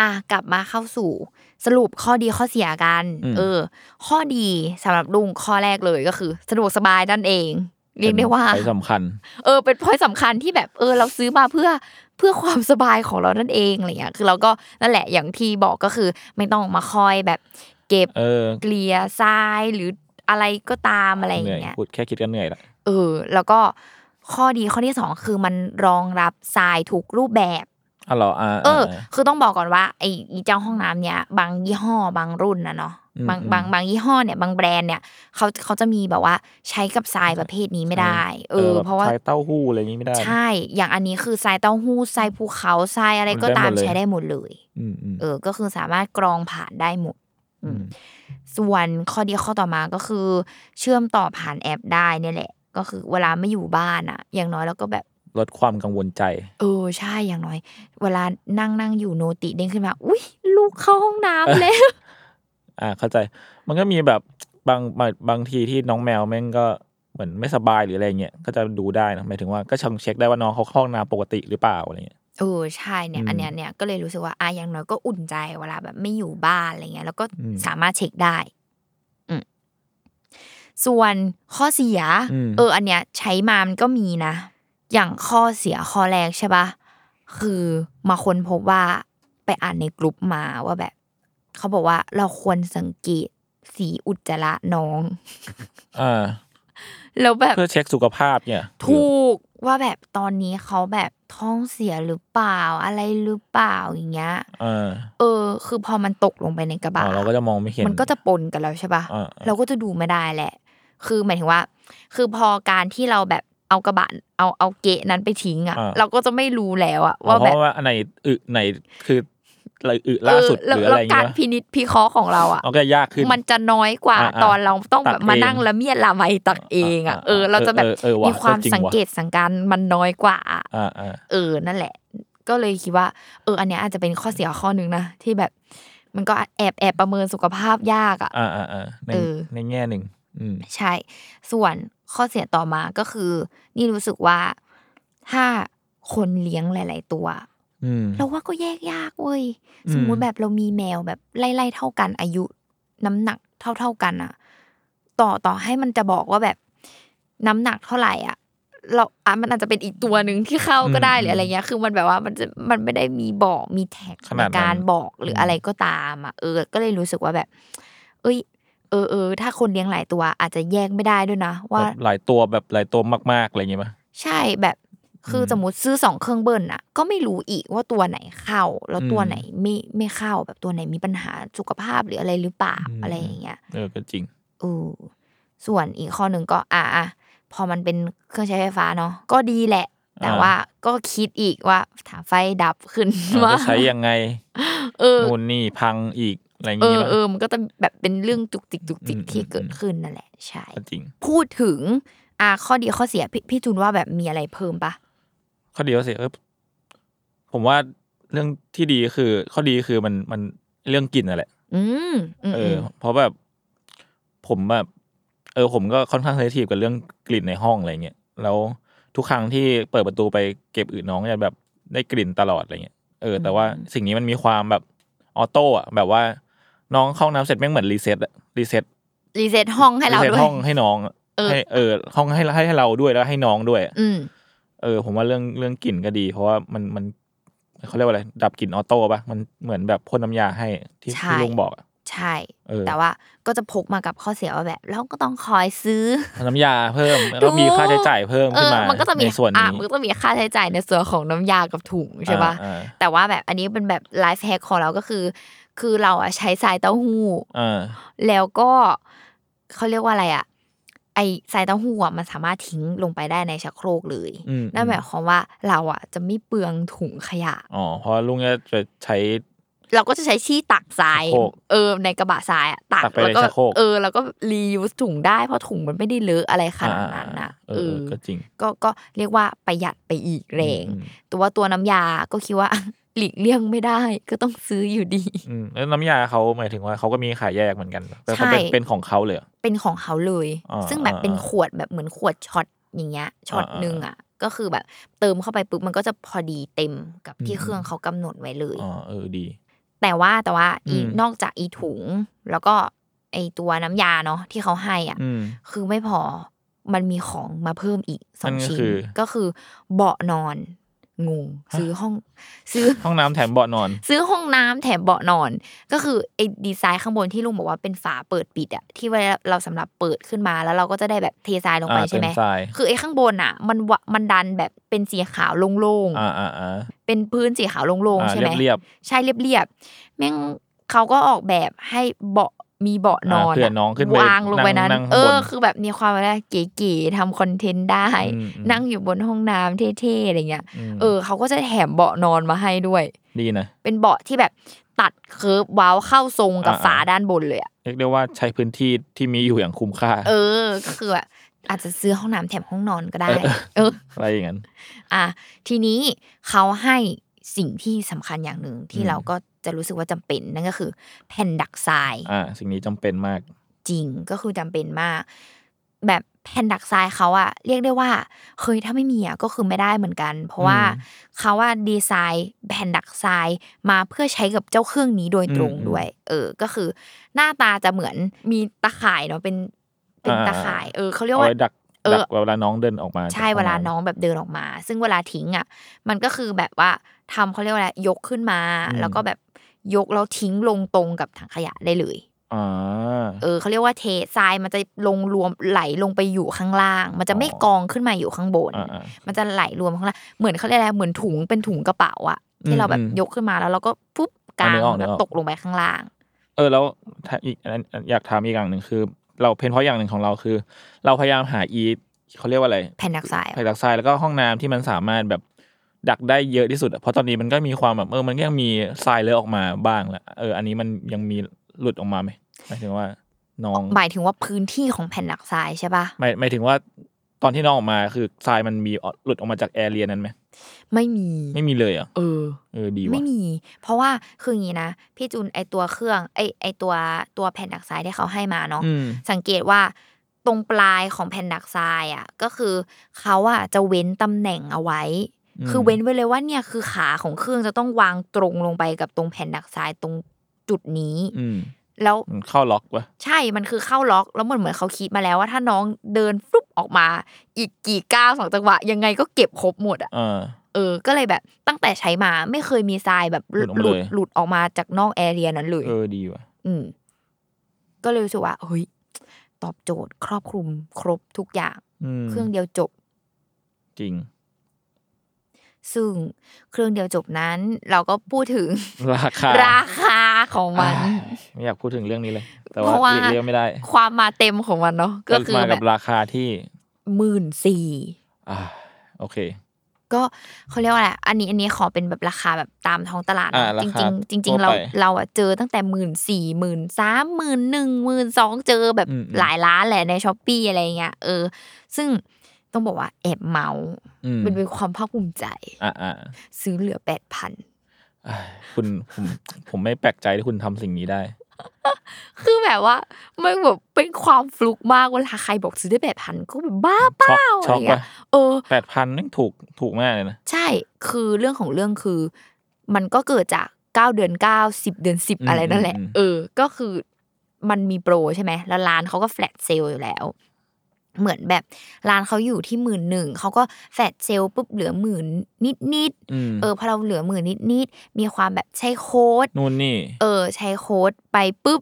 Speaker 1: อ่ะกลับมาเข้าสู่สรุปข้อดีข้อเสียกัน
Speaker 2: อืม
Speaker 1: เออ ข้อดีสำหรับลุงข้อแรกเลยก็คือ สะดวกสบายนั่นเอง เรียกได้ว่า
Speaker 2: ใช้สำคัญ
Speaker 1: เออเป็นพอยสำคัญที่แบบเออเราซื้อมาเพื่อเพื่อความสบายของเรานั่นเองอะไรเงี้ยคือเราก็นั่นแหละอย่างที่บอกก็คือ ไม่ต้องมาคอยแบบ เก็บ
Speaker 2: เออ
Speaker 1: เกลียทรายหรืออะไรก็ตามอะไรอ
Speaker 2: เหนื่
Speaker 1: ย่า
Speaker 2: อย
Speaker 1: งเงี้ย
Speaker 2: พูดแค่คิดก็เหนื่อยละ
Speaker 1: เออแล้วก็ข้อดีข้อที่สองคือมันรองรับทรายถูกรูปแบบ
Speaker 2: อ๋อเหรออ่า
Speaker 1: เออ
Speaker 2: า
Speaker 1: คือต้องบอกก่อนว่าไอ้ไอ้เจ้าห้องน้ำเนี้ยบางยี่ห้อบางรุ่นนะเนาะ
Speaker 2: อืม
Speaker 1: บาง
Speaker 2: อืม
Speaker 1: บางบางยี่ห้อเนี่ยบางแบรนด์เนี่ยเขาเขาจะมีแบบว่าใช้กับทรายประเภทนี้ไม่ได้ เออ
Speaker 2: แบบ
Speaker 1: เพราะว่า
Speaker 2: ใช้เต้าหู้อะไรอย่างนี้ไม่ได้
Speaker 1: ใช่ อย่างอันนี้คือทรายเต้าหู้ทรายภูเขาทรายอะไรก็ตาม
Speaker 2: มันได้หมดเลย
Speaker 1: ใช้ได้หมดเลย
Speaker 2: อืมอืม
Speaker 1: เออ ก็คือสามารถกรองผ่านได้หมด อืม ส่วนข้อดีข้อต่อมาก็คือ เชื่อมต่อผ่านแอปได้เนี่ยแหละ ก็คือเวลาไม่อยู่บ้านอะอย่างน้อยเราก็แบบ
Speaker 2: ลดความกังวลใจ
Speaker 1: เออใช่อย่างน้อย เวลานั่งนั่งอยู่โนติเด้งขึ้นมา อุ้ยลูกเข้าห้องน้ำแล้ว
Speaker 2: อ่าเข้าใจ มันก็มีแบบบางบางบางทีที่น้องแมวแม่งก็เหมือนไม่สบายหรืออะไรเงี้ยก็จะดูได้นะหมายถึงว่าก็เชังเช็คได้ว่าน้องเขาเข้าห้องน้ำปกติหรือเปล่าอะไรเงี้ย
Speaker 1: เออใช่เนี่ย
Speaker 2: อืม
Speaker 1: อันเนี้ยเนี่ยก็เลยรู้สึกว่าอ่ะอย่างน้อยก็อุ่นใจเวลาแบบไม่อยู่บ้านอะไรเงี้ยแล้วก็
Speaker 2: อืม
Speaker 1: สามารถเช็คได้อืมส่วนข้อเสีย
Speaker 2: อืม
Speaker 1: เออ อันเนี้ยใช้มามันก็มีนะ อย่างข้อเสียข้อแรกใช่ปะคือมาค้นพบว่าไปอ่านในกลุ่มมาว่าแบบ เขาบอกว่าเราควรสังเกตสีอุจจาระน้อง
Speaker 2: อ่า
Speaker 1: แล้วแบบ
Speaker 2: เพื่อเช็คสุขภาพเนี่ย
Speaker 1: ถูกว่าแบบตอนนี้เขาแบบท้องเสียหรือเปล่าอะไรหรือเปล่าอย่างเงี้ย
Speaker 2: เออ
Speaker 1: เออ คือพอมันตกลงไปในกระ
Speaker 2: อ๋
Speaker 1: บะ
Speaker 2: อเราก็จะมองไม่เห็น
Speaker 1: มันก็จะปนกันแล้วใช่ปะ
Speaker 2: อ่าๆ
Speaker 1: เราก็จะดูไม่ได้แหละ คือหมายถึงว่า คือพอการที่เราแบบเอากระบะเอาเอาเกะนั้นไปทิ้งอ่ะ เราก็จะไม่รู้แล้วอ่ะ
Speaker 2: อ๋อ
Speaker 1: ว่า
Speaker 2: เพ
Speaker 1: แบบ
Speaker 2: ราะว่าอันไหนอึไหนคืออึล่าสุด
Speaker 1: เออแล้ว
Speaker 2: หรืออะไร
Speaker 1: แล้วกา
Speaker 2: เงี้
Speaker 1: ร
Speaker 2: ย
Speaker 1: พินิจพิเคราะห์ของเราอ่ะ
Speaker 2: มันก็จะยากขึ้น
Speaker 1: มันจะน้อยกว่า
Speaker 2: อ่าๆ
Speaker 1: ตอนเราต้องแบบ
Speaker 2: ตักเอง
Speaker 1: มานั่งละเมียดละไมตักเองอ่ะ
Speaker 2: อ่าๆ
Speaker 1: เออ เราจะแบบ
Speaker 2: เออเออเออว่ะ
Speaker 1: มีความ
Speaker 2: ก็จริงว่ะ
Speaker 1: สังเกตสังการมันน้อยกว่า
Speaker 2: อ่าอ่า
Speaker 1: เออ นั่นแหละ ก็เลยคิดว่า เออ อันเนี้ยอาจจะเป็นข้อเสียข้อหนึ่งนะ ที่แบบ มันก็แอบแอบประเมินสุขภาพยากอ่ะ
Speaker 2: อ่าอ่าอ่าใน
Speaker 1: เออ
Speaker 2: ในแง่หนึ่งอืม
Speaker 1: ใช่ ส่วนข้อเสียต่อมาก็คือ นี่รู้สึกว่า ถ้าคนเลี้ยงหลาย ๆ ตัว
Speaker 2: อืม
Speaker 1: เราว่าก็แยกยากเว้ย
Speaker 2: อืม
Speaker 1: สมมุติแบบเรามีแมวแบบไล่ๆเท่ากันอายุ น้ำหนักเท่าๆกันอะต่อต่อให้มันจะบอกว่าแบบน้ำหนักเท่าไหร่อะเราอ่ะมันอาจจะเป็นอีกตัวหนึ่งที่เข้าก็ได้
Speaker 2: อืม
Speaker 1: หรืออะไรเงี้ย คือมันแบบว่ามันจะมันไม่ได้มีบอกมีแท็ก
Speaker 2: ขนาดนั้น
Speaker 1: ในการบอกหรืออะไรก็ตามอะเออ ก็เลยรู้สึกว่าแบบ เอ้ย เออเออถ้าคนเลี้ยงหลายตัวอาจจะแยกไม่ได้ด้วยนะว่า
Speaker 2: แบบหลายตัวแบบหลายตัวมากๆอะไรอย่างเงี้ยป่ะ
Speaker 1: ใช่แบบคืออ
Speaker 2: ม
Speaker 1: สมมติซื้อสองเครื่องเบิ้ลน่ะ ก็ไม่รู้อีกว่าตัวไหนเข้า แล้ว
Speaker 2: อืม
Speaker 1: ตัวไหนไม่ไม่เข้าแบบตัวไหนมีปัญหาสุขภาพหรืออะไรหรือเปล่า
Speaker 2: อืม
Speaker 1: อะไรอย่างเงี้ย
Speaker 2: เออก็จริง
Speaker 1: เออส่วนอีกข้อหนึ่งก็อ่ะอ่ะพอมันเป็นเครื่องใช้ไฟฟ้าเนาะก็ดีแหละ แต่
Speaker 2: อ่า
Speaker 1: ว่าก็คิดอีกว่าถ้าไฟดับขึ้น
Speaker 2: เรา
Speaker 1: ว่า
Speaker 2: จะใช้ยังไง
Speaker 1: เออ
Speaker 2: นู่นนี่พังอีกอะไรอย่าง
Speaker 1: เอ
Speaker 2: งี้
Speaker 1: อ
Speaker 2: ป่ะ
Speaker 1: เออมันก็จะแบบเป็นเรื่องจุกจิกจุกจิก
Speaker 2: อืม
Speaker 1: ที่
Speaker 2: อืม
Speaker 1: เกิด
Speaker 2: อืม
Speaker 1: ขึ้นนั่นแหละใช่
Speaker 2: ก็จริง
Speaker 1: พูดถึง อ่ะข้อดีข้อเสียพี่พี่จูนว่าแบบมีอะไรเพิ่มปะ
Speaker 2: ข้อดีก็เสียเออผมว่าเรื่องที่ดีคือ ข้อดีคือมันมันเรื่องกลิ่นนั่นแหละ
Speaker 1: อืมอืม
Speaker 2: เอ
Speaker 1: อื
Speaker 2: อ
Speaker 1: ม
Speaker 2: เพราะแบบผมแบบเออ ผมก็ค่อนข้างเซนซิทีฟกับเรื่องกลิ่นในห้องอะไรเงี้ยแล้วทุกครั้งที่เปิดประตูไปเก็บอืดน้องจะแบบได้กลิ่นตลอดอะไรเงี้ยเออแต่ว่าสิ่งนี้มันมีความแบบออโต้อะแบบว่าน้องเข้าน้ำเสร็จแม่งเหมือนรีเซ็ตอะรีเซ็ต
Speaker 1: รีเซ็ตห้องให้เรา
Speaker 2: รีเซ็ต
Speaker 1: ด้วย
Speaker 2: ห้องให้น้องอะ
Speaker 1: เออ
Speaker 2: ให้เออห้องให้ให้ให้เราด้วยแล้วให้น้องด้วยอะ
Speaker 1: อืม
Speaker 2: เออ ผมว่าเรื่องเรื่องกลิ่นก็ดี เพราะว่ามันมันเขาเรียกว่าอะไรดับกลิ่นออโต้ปะมันเหมือนแบบพ่นน้ำยาให้ที่
Speaker 1: ใช่
Speaker 2: ที่ลุงบอกอะ
Speaker 1: ใช่
Speaker 2: เออ
Speaker 1: แต่ว่าก็จะพกมากับข้อเสียว่าแบบเราก็ต้องคอยซื้อ
Speaker 2: น้ำยาเพิ่มแล้วก็มีค่าใช้จ่ายเพิ่มขึ้นมา
Speaker 1: เออมันก็จะมี
Speaker 2: ในส่วน
Speaker 1: อ่ะ
Speaker 2: นี้
Speaker 1: มันก็จะมีค่าใช้จ่ายในส่วนของน้ำยากับถุงใช่ปะ
Speaker 2: อ่า
Speaker 1: แต่ว่าแบบอันนี้เป็นแบบไลฟ์แฮกของเราก็คือ คือเราอะใช้ทรายเต้าหู้
Speaker 2: อ่า
Speaker 1: แล้วก็เขาเรียกว่าอะไรอะไอทรายเต้าหู้อะมันสามารถทิ้งลงไปได้ในชักโครกเลย
Speaker 2: อืม
Speaker 1: นั่นหมายความว่าเราอะจะไม่เปลืองถุงขยะ
Speaker 2: อ๋อเพราะลุงจะใช้
Speaker 1: เราก็จะใช้ชี้ตักทราย
Speaker 2: ชักโครก
Speaker 1: เออในกระบะทรายอะตัก
Speaker 2: ตักไป
Speaker 1: แล้วก็
Speaker 2: ในชักโครก
Speaker 1: เออ แล้วก็รีวิวถุงได้เพราะถุงมันไม่ได้เลอะอะไรขนาดนั้นนะ
Speaker 2: เออเออก็จริง
Speaker 1: ก็ก็เรียกว่าประหยัดไปอีกแรง
Speaker 2: อืม
Speaker 1: ตัวตัวน้ำยาก็คิดว่า หลีกเลี่ยงไม่ได้ก็ต้องซื้ออยู่ดี
Speaker 2: อืมแล้วน้ำยาเขาหมายถึงว่าเขาก็มีขายแยกเหมือนกันแต่
Speaker 1: ใช่
Speaker 2: เขาเป็นเป็นของเขาเลยเหรอ
Speaker 1: เป็นของเขาเลย
Speaker 2: อ่า
Speaker 1: ซึ่งแบบ
Speaker 2: อ่า
Speaker 1: เป็นขวดแบบเหมือนขวดช็อตอย่างเงี้ยช็อต
Speaker 2: อ่า
Speaker 1: หนึ่งอ่ะ ก็คือแบบเติมเข้าไปปุ๊บมันก็จะพอดีเต็มกับที่
Speaker 2: อืม
Speaker 1: เครื่องเขากำหนดไว้เลย
Speaker 2: อ๋อเออดี
Speaker 1: แต่ว่าแต่ว่าอี
Speaker 2: อืม
Speaker 1: นอกจากอีถุง แล้วก็ไอตัวน้ำยาเนาะที่เขาให้อ่ะ
Speaker 2: อืม
Speaker 1: คือไม่พอมันมีของมาเพิ่มอีกสอ
Speaker 2: นั่
Speaker 1: ง
Speaker 2: นก็
Speaker 1: ชิ้น
Speaker 2: คือ
Speaker 1: ก็คือเบาะนอนงงซื้อห้ องซื้อ
Speaker 2: ห้องน้ำแถมเบาะนอน
Speaker 1: ซื้อห้องน้ำแถมเบาะนอน ก็คือไอ้ดีไซน์ข้างบนที่ลุงบอกว่าเป็นฝาเปิดปิดอะที่เวลาเราสำหรับเปิดขึ้นมาแล้วเราก็จะได้แบบเททรายลงไป
Speaker 2: อ่า
Speaker 1: ใช่ไหม
Speaker 2: เติมทราย
Speaker 1: คือไอ้ข้างบนอะมันวะมันดันแบบเป็นสีขาวโล่ง
Speaker 2: อ่าอ่าอ่า
Speaker 1: ๆเป็นพื้นสีขาวโล่งๆ
Speaker 2: อ่า
Speaker 1: ใช่ไหม
Speaker 2: เรียบ
Speaker 1: ใช่เรียบๆแม่งเขาก็ออกแบบให้เบาะมีเบาะนอ
Speaker 2: ๆานเพื่อน้องขึ้นไป
Speaker 1: วางลงไปนั้น
Speaker 2: นั่ง
Speaker 1: เอ
Speaker 2: ข้างบ
Speaker 1: อน คือแบบมีความว่าเก๋ๆทำคอนเทนต์ได้
Speaker 2: อืมอืม
Speaker 1: นั่งอยู่บนห้องน้ำเท่ๆอะไรเงี้ย
Speaker 2: ม
Speaker 1: เออเขาก็จะแถมเบาะนอนมาให้ด้วย
Speaker 2: ดีนะ
Speaker 1: เป็นเบาะที่แบบตัดเคิร์ฟเว้าวเข้าทรงกับ
Speaker 2: อ่าๆ
Speaker 1: ฝาด้านบนเลยอะ
Speaker 2: เรียกได้ว่าใช้พื้นที่ที่มีอยู่อย่างคุ้มค่า
Speaker 1: เออ ก็คือแบบอาจจะซื้อห้องน้ำแถมห้องนอนก็ได้ เออ
Speaker 2: อะไรอย่างนั้น
Speaker 1: อ่ะทีนี้เขาให้สิ่งที่สำคัญอย่างหนึ่งที่
Speaker 2: อืม
Speaker 1: เราก็จะรู้สึกว่าจำเป็นนั่นก็คือ แผ่นดักทราย
Speaker 2: อ่า สิ่งนี้จำเป็นมาก
Speaker 1: จริงก็คือจำเป็นมาก แบบแผ่นดักทรายเขาอะเรียกได้ว่าเฮ้ยถ้าไม่มีอะก็คือไม่ได้เหมือนกัน เพราะว่า
Speaker 2: อืม
Speaker 1: เขาว่าดีไซน์แผ่นดักทรายมาเพื่อใช้กับเจ้าเครื่องนี้โดยตรงด้วย เออ ก็คือ หน้าตาจะเหมือนมีตะข่ายเนาะเป็นเป็นตะข่าย เออเขาเรียกว่า
Speaker 2: เอาไว้ดัก
Speaker 1: เออ
Speaker 2: ดักเวลาน้องเดินออกมา
Speaker 1: ใช่
Speaker 2: จกห้
Speaker 1: เวลา
Speaker 2: ำ
Speaker 1: น้องแบบเดินออกมา ซึ่งเวลาทิ้งอ่ะ มันก็คือแบบว่าทำเขาเรียกว่าอะไรยกขึ้นมา
Speaker 2: อืม
Speaker 1: แล้วก็แบบยกแล้วทิ้งลงตรงกับถังขยะได้เลย
Speaker 2: อ่า
Speaker 1: เออเขาเรียกว่าเททรายมันจะลงรวมไหลลงไปอยู่ข้างล่าง มันจะไม่
Speaker 2: อ๋อ
Speaker 1: กองขึ้นมาอยู่ข้างบน
Speaker 2: อ่าอ่า
Speaker 1: มันจะไหลรวมข้างล่างเหมือนเขาเรียกอะไรเหมือนถุงเป็นถุงกระเป๋าอะที่เราแบบ
Speaker 2: อืมอืม
Speaker 1: ยกขึ้นมาแล้วเราก็ปุ๊บกลาง
Speaker 2: นึกออกนึ
Speaker 1: แล้
Speaker 2: ก
Speaker 1: ว
Speaker 2: ออก
Speaker 1: ตกลงไปข้างล่าง
Speaker 2: เออแล้วถ้าอีกอันอันอยากถามอีกอย่างหนึ่งคือ เราเพนเพราะอย่างหนึ่งของเราคือ เราพยายามหาอีเขาเรียกว่าอะไร
Speaker 1: แผ่นดักทรายอะ
Speaker 2: แผ่นดักทรายแล้วก็ห้องน้ำที่มันสามารถแบบดักได้เยอะที่สุดอะเพราะตอนนี้มันก็มีความแบบเออมันก็ยังมีทรายเลอะออกมาบ้างแหละเอออันนี้มันยังมีหลุดออกมาไหมหมายถึงว่าน้อง
Speaker 1: หมายถึงว่าพื้นที่ของแผ่นดักทรายใช่ปะ
Speaker 2: หมายหมายถึงว่าตอนที่น้องออกมาคือทรายมันมีหลุดออกมาจากแอเรียนั้นไหม
Speaker 1: ไม่มี
Speaker 2: ไม่มีเลยเหรอ่ะ
Speaker 1: เออ
Speaker 2: เออดีว่ะ
Speaker 1: ไม่มี เพราะว่าคืออย่างนี้นะ พี่จุนไอตัวเครื่องไอไอตัวตัวแผ่นดักทรายที่เขาให้มาเนาะ
Speaker 2: อืม
Speaker 1: สังเกตว่าตรงปลายของแผ่นดักทรายอ่ะก็คือเขาอ่ะจะเว้นตำแหน่งเอาไว้ คือเว้นไว้เลยว่าเนี่ยคือขาของเครื่องจะต้องวางตรงลงไปกับตรงแผ่นดักทรายตรงจุดนี้
Speaker 2: อืม
Speaker 1: แล้ว
Speaker 2: มันเข้าล็อกวะ
Speaker 1: ใช่มันคือเข้าล็อก แล้วมันเหมือนเขาคิดมาแล้วว่าถ้าน้องเดินฟลุปออกมา อีกกี่ก้าวสองจังหวะยังไงก็เก็บครบหมดอ่ะ
Speaker 2: เออ
Speaker 1: เออ ก็เลยแบบตั้งแต่ใช้มาไม่เคยมีทรายแบบหลุด
Speaker 2: ห
Speaker 1: ห
Speaker 2: ลุ
Speaker 1: ลุ
Speaker 2: ด
Speaker 1: ด
Speaker 2: ออกมาเลย
Speaker 1: หลุดออกมาจากนอกแอเรียนั้นเลย
Speaker 2: เออดีว่ะ
Speaker 1: อืม ก็เลยรู้สึกว่าเฮ้ย ตอบโจทย์ครอบคลุมครบทุกอย่าง
Speaker 2: อืม
Speaker 1: เครื่องเดียวจบ
Speaker 2: จริง
Speaker 1: ซึ่งเครื่องเดียวจบนั้น เราก็พูดถึง
Speaker 2: ราคา
Speaker 1: ราคาของมัน
Speaker 2: อ่าไม่อยากพูดถึงเรื่องนี้เลย แต่
Speaker 1: เพ
Speaker 2: ว่า
Speaker 1: ราะว่า
Speaker 2: หลีกเลี่ยงไม่ได้
Speaker 1: ความมาเต็มของมันเนาะก็คือ
Speaker 2: มา
Speaker 1: แบ
Speaker 2: กั
Speaker 1: บบ
Speaker 2: ราคาที่
Speaker 1: หมื่นสี่
Speaker 2: อ่า โอเค
Speaker 1: ก็เขาเรียกว่าอะไรอันนี้อันนี้ขอเป็นแบบราคาแบบตามท้องตลาดนะ
Speaker 2: อ่ารา
Speaker 1: จ
Speaker 2: คา
Speaker 1: ริงๆจริง
Speaker 2: ทั่ว
Speaker 1: ๆ เรา
Speaker 2: ไป
Speaker 1: เราอะเจอตั้งแต่หมื่นสี่หมื่นสามหมื่นหนึ่งหมื่นสองเจอแบบ
Speaker 2: อืมอืม
Speaker 1: หลายล้านแหละในช้อปปีอะไรเงี้ยเออ ซึ่งต้องบอกว่าแอบเมา
Speaker 2: อืม
Speaker 1: เป็นเป็นความภาคภูมิใจ
Speaker 2: อ่าอ่า
Speaker 1: ซื้อเหลือแปดพัน
Speaker 2: คุณผมผมไม่แปลกใจที่คุณทำสิ่งนี้ได้
Speaker 1: คือแบบว่ามันแบบเป็นความฟลุกมากเวลาใครบอกซื้อได้แปดพันก็แบบบ้าเปล่าอะไร
Speaker 2: ช็อกช็อก
Speaker 1: เงี้ย
Speaker 2: ปะ
Speaker 1: เออ
Speaker 2: แปดพันนั่งถูกถูกมากเลยนะ
Speaker 1: ใช่ คือเรื่องของเรื่องคือ มันก็เกิดจากเก้าเดือนเก้าสิบเดือนสิบ
Speaker 2: อืม
Speaker 1: อะไรนั่นแหละ
Speaker 2: อืมอืม
Speaker 1: เออ ก็คือมันมีโปรใช่ไหม แล้วร้านเขาก็แฟลตเซลอยู่แล้ว เหมือนแบบร้านเขาอยู่ที่หมื่นหนึ่งเขาก็แฟลตเซลปุ๊บเหลือหมื่นนิด
Speaker 2: อืม
Speaker 1: ๆเออพอเราเหลือหมื่นนิดๆมีความแบบใช้โค้ด
Speaker 2: นู่นนี่
Speaker 1: เออ ใช้โค้ดไปปุ๊บ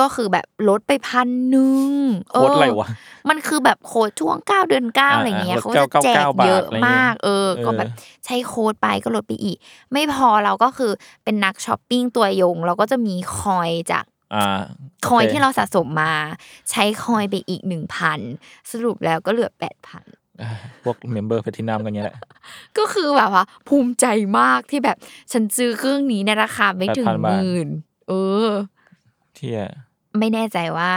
Speaker 1: ก็คือแบบลดไปพันหนึ่ง
Speaker 2: โค้ดอะไรวะ
Speaker 1: มันคือแบบโค้ดช่วงเก้าเดือนเก้า
Speaker 2: อ่า
Speaker 1: อะไรเงี้ย
Speaker 2: อ่า
Speaker 1: เขาจะแจก
Speaker 2: 999
Speaker 1: เยอะ
Speaker 2: บาทอะไรเงี้ย
Speaker 1: มาก เออ
Speaker 2: เออ
Speaker 1: ก็แบบใช้โค้ดไปก็ลดไปอีก ไม่พอเราก็คือเป็นนักช้อปปิ้งตัวยง เราก็จะมีคอยจาก
Speaker 2: อ่า
Speaker 1: คอย
Speaker 2: โ
Speaker 1: ที่เราสะสมมา ใช้คอยไปอีกหนึ่งพันสรุปแล้วก็เหลือแปดพัน
Speaker 2: อ่าพวกเมมเบอร์แพทินัมกันเนี้ยแหละ
Speaker 1: ก็คือแบบว่า ภูมิใจมากที่แบบฉันซื้อเครื่องนี้ในราคาไม่ถึง
Speaker 2: 8,000
Speaker 1: ห
Speaker 2: บาท
Speaker 1: มื่นเออ
Speaker 2: เที่ย
Speaker 1: ไม่แน่ใจว่า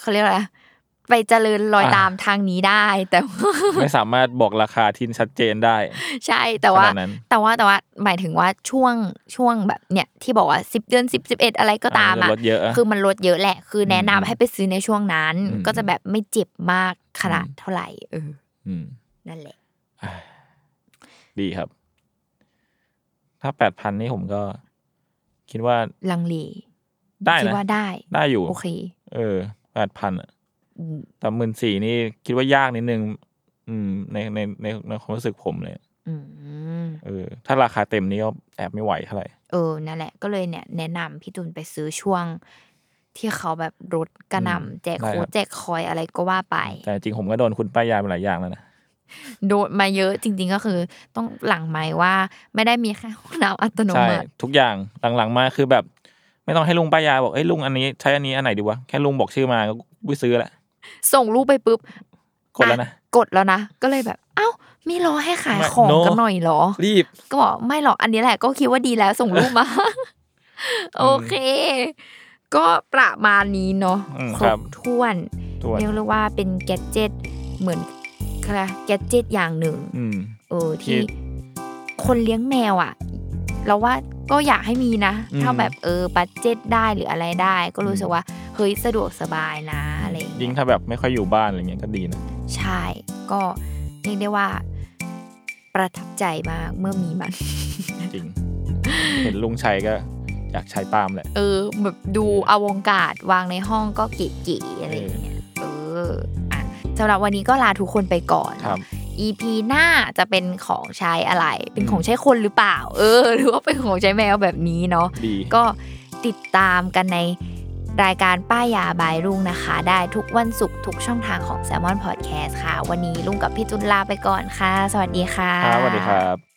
Speaker 1: เขาเรียกอะไรไปเจริญรอย
Speaker 2: อ่า
Speaker 1: ตามทางนี้ได้แต่ว่า
Speaker 2: ไม่สามารถบอกราคาที่ชัดเจนได้
Speaker 1: ใช่แต่ว่า
Speaker 2: ขนาดนั้น
Speaker 1: แต่ว่าแต่ว่าหมายถึงว่าช่วงช่วงแบบเนี่ยที่บอกว่าสิบเดือนสิบสิบเอ็ดอะไรก็ตาม
Speaker 2: อ่า
Speaker 1: อ่ะ
Speaker 2: ลดเยอะอะ
Speaker 1: คือมันลดเยอะแหละ คือแนะนำ
Speaker 2: อืม
Speaker 1: ให้ไปซื้อในช่วงนั้น
Speaker 2: อืม
Speaker 1: ก็จะแบบไม่เจ็บมากขนาด
Speaker 2: อืม
Speaker 1: เท่าไหร่เออ
Speaker 2: อืม
Speaker 1: นั่นแหละ
Speaker 2: ดีครับ ถ้าแปดพันนี่ผมก็ คิดว่า
Speaker 1: ลังเล
Speaker 2: ได้
Speaker 1: คิด
Speaker 2: นะ
Speaker 1: ว่าได้
Speaker 2: ได้อยู่
Speaker 1: โอเค
Speaker 2: เออแปดพันอะ
Speaker 1: อืม
Speaker 2: แต่หมื่นสี่นี่คิดว่ายากนิดนึง อืม ในในในในความรู้สึกผมเลย
Speaker 1: อืม
Speaker 2: เออ ถ้าราคาเต็มนี่ก็แอบไม่ไหวเท่าไหร่
Speaker 1: เออนั่นแหละ ก็เลยเนี่ยแนะนำพี่ตุนไปซื้อช่วง ที่เขาแบบรถกระห
Speaker 2: อืม
Speaker 1: นำแจก
Speaker 2: ได้
Speaker 1: โค้
Speaker 2: ครั
Speaker 1: ด
Speaker 2: บ
Speaker 1: แจกคอยอะไรก็ว่าไป
Speaker 2: แต่จริงผมก็โดนคุณป้ายยาไปหลายอย่างแล้วนะ
Speaker 1: โดนมาเยอะจริง ๆ ก็คือต้องหลังไม้ว่าไม่ได้มีแค่ห้องน้ำอัตโน
Speaker 2: ใช่
Speaker 1: มัติ
Speaker 2: ทุกอย่างหลังๆมาคือแบบ ไม่ต้องให้ลุงป้ายยาบอกเอ้ยลุงอันนี้ใช้อันนี้อันไหนดีวะ แค่ลุงบอกชื่อมาก็กูซื้อละ
Speaker 1: ส่งรูปไปปุ๊บ
Speaker 2: กดแล้วนะ
Speaker 1: อ่กดแล้วนะ ก็เลยแบบ เอ้าไม่รอให้ขาย
Speaker 2: ไม่
Speaker 1: ของ
Speaker 2: โน้
Speaker 1: กันหน่อยเหรอ
Speaker 2: รีบ
Speaker 1: ก็บอกไม่หรอกอันนี้แหละก็คิดว่าดีแล้วส่งรูปมา โอเค ก็ประมาณนี้เนาะ
Speaker 2: อืม
Speaker 1: ค
Speaker 2: ค
Speaker 1: ร
Speaker 2: รั
Speaker 1: บบ ถ้วน
Speaker 2: ตัว
Speaker 1: เรียกได้ว่าเป็นแกดเจิตเหมือนอะไรแกดเจิตอย่างหนึ่ง
Speaker 2: อืม
Speaker 1: เออ
Speaker 2: ที่
Speaker 1: ที่คนเลี้ยงแมวอ่ะ เราว่าก็อยากให้มีนะ
Speaker 2: อืม
Speaker 1: ถ้าแบบเออบัตเจ็ตได้หรืออะไรได้ ก็รู้สึกว่า เฮ้ยสะดวกสบายนะอะไรอย่าง
Speaker 2: ยิ่
Speaker 1: เงี้
Speaker 2: ง
Speaker 1: ย
Speaker 2: ถ้าแบบไม่ค่อยอยู่บ้านอะไรเงี้ยก็ดีนะ
Speaker 1: ใช่ ก็เรียกได้ว่า ประทับใจมากเมื่อมีมัน
Speaker 2: จริง เห็นลุงใช้ก็อยากใช้ตามแหละ
Speaker 1: เออ แบบดูอวงการวางในห้องก็เก๋ๆอะไรอย่างเงี้ยเอออ่ะสำหรับวันนี้ก็ลาทุกคนไปก่อน
Speaker 2: ครับ
Speaker 1: เนาะ EP หน้าจะเป็นของใช้อะไร เป็นของใช้คนหรือเปล่า เออ หรือว่าเป็นของใช้แมวแบบนี้เนาะ
Speaker 2: ดี
Speaker 1: ก็ติดตามกันในรายการป้ายยาบายรุ่งนะคะ ได้ทุกวันศุกร์ทุกช่องทางของ s ซ l m o n Podcast ค่ะ วันนี้ลุงกับพี่จุนลาไปก่อนค่ะ สวัสดีค่ะ
Speaker 2: ครับสวัสดีครับ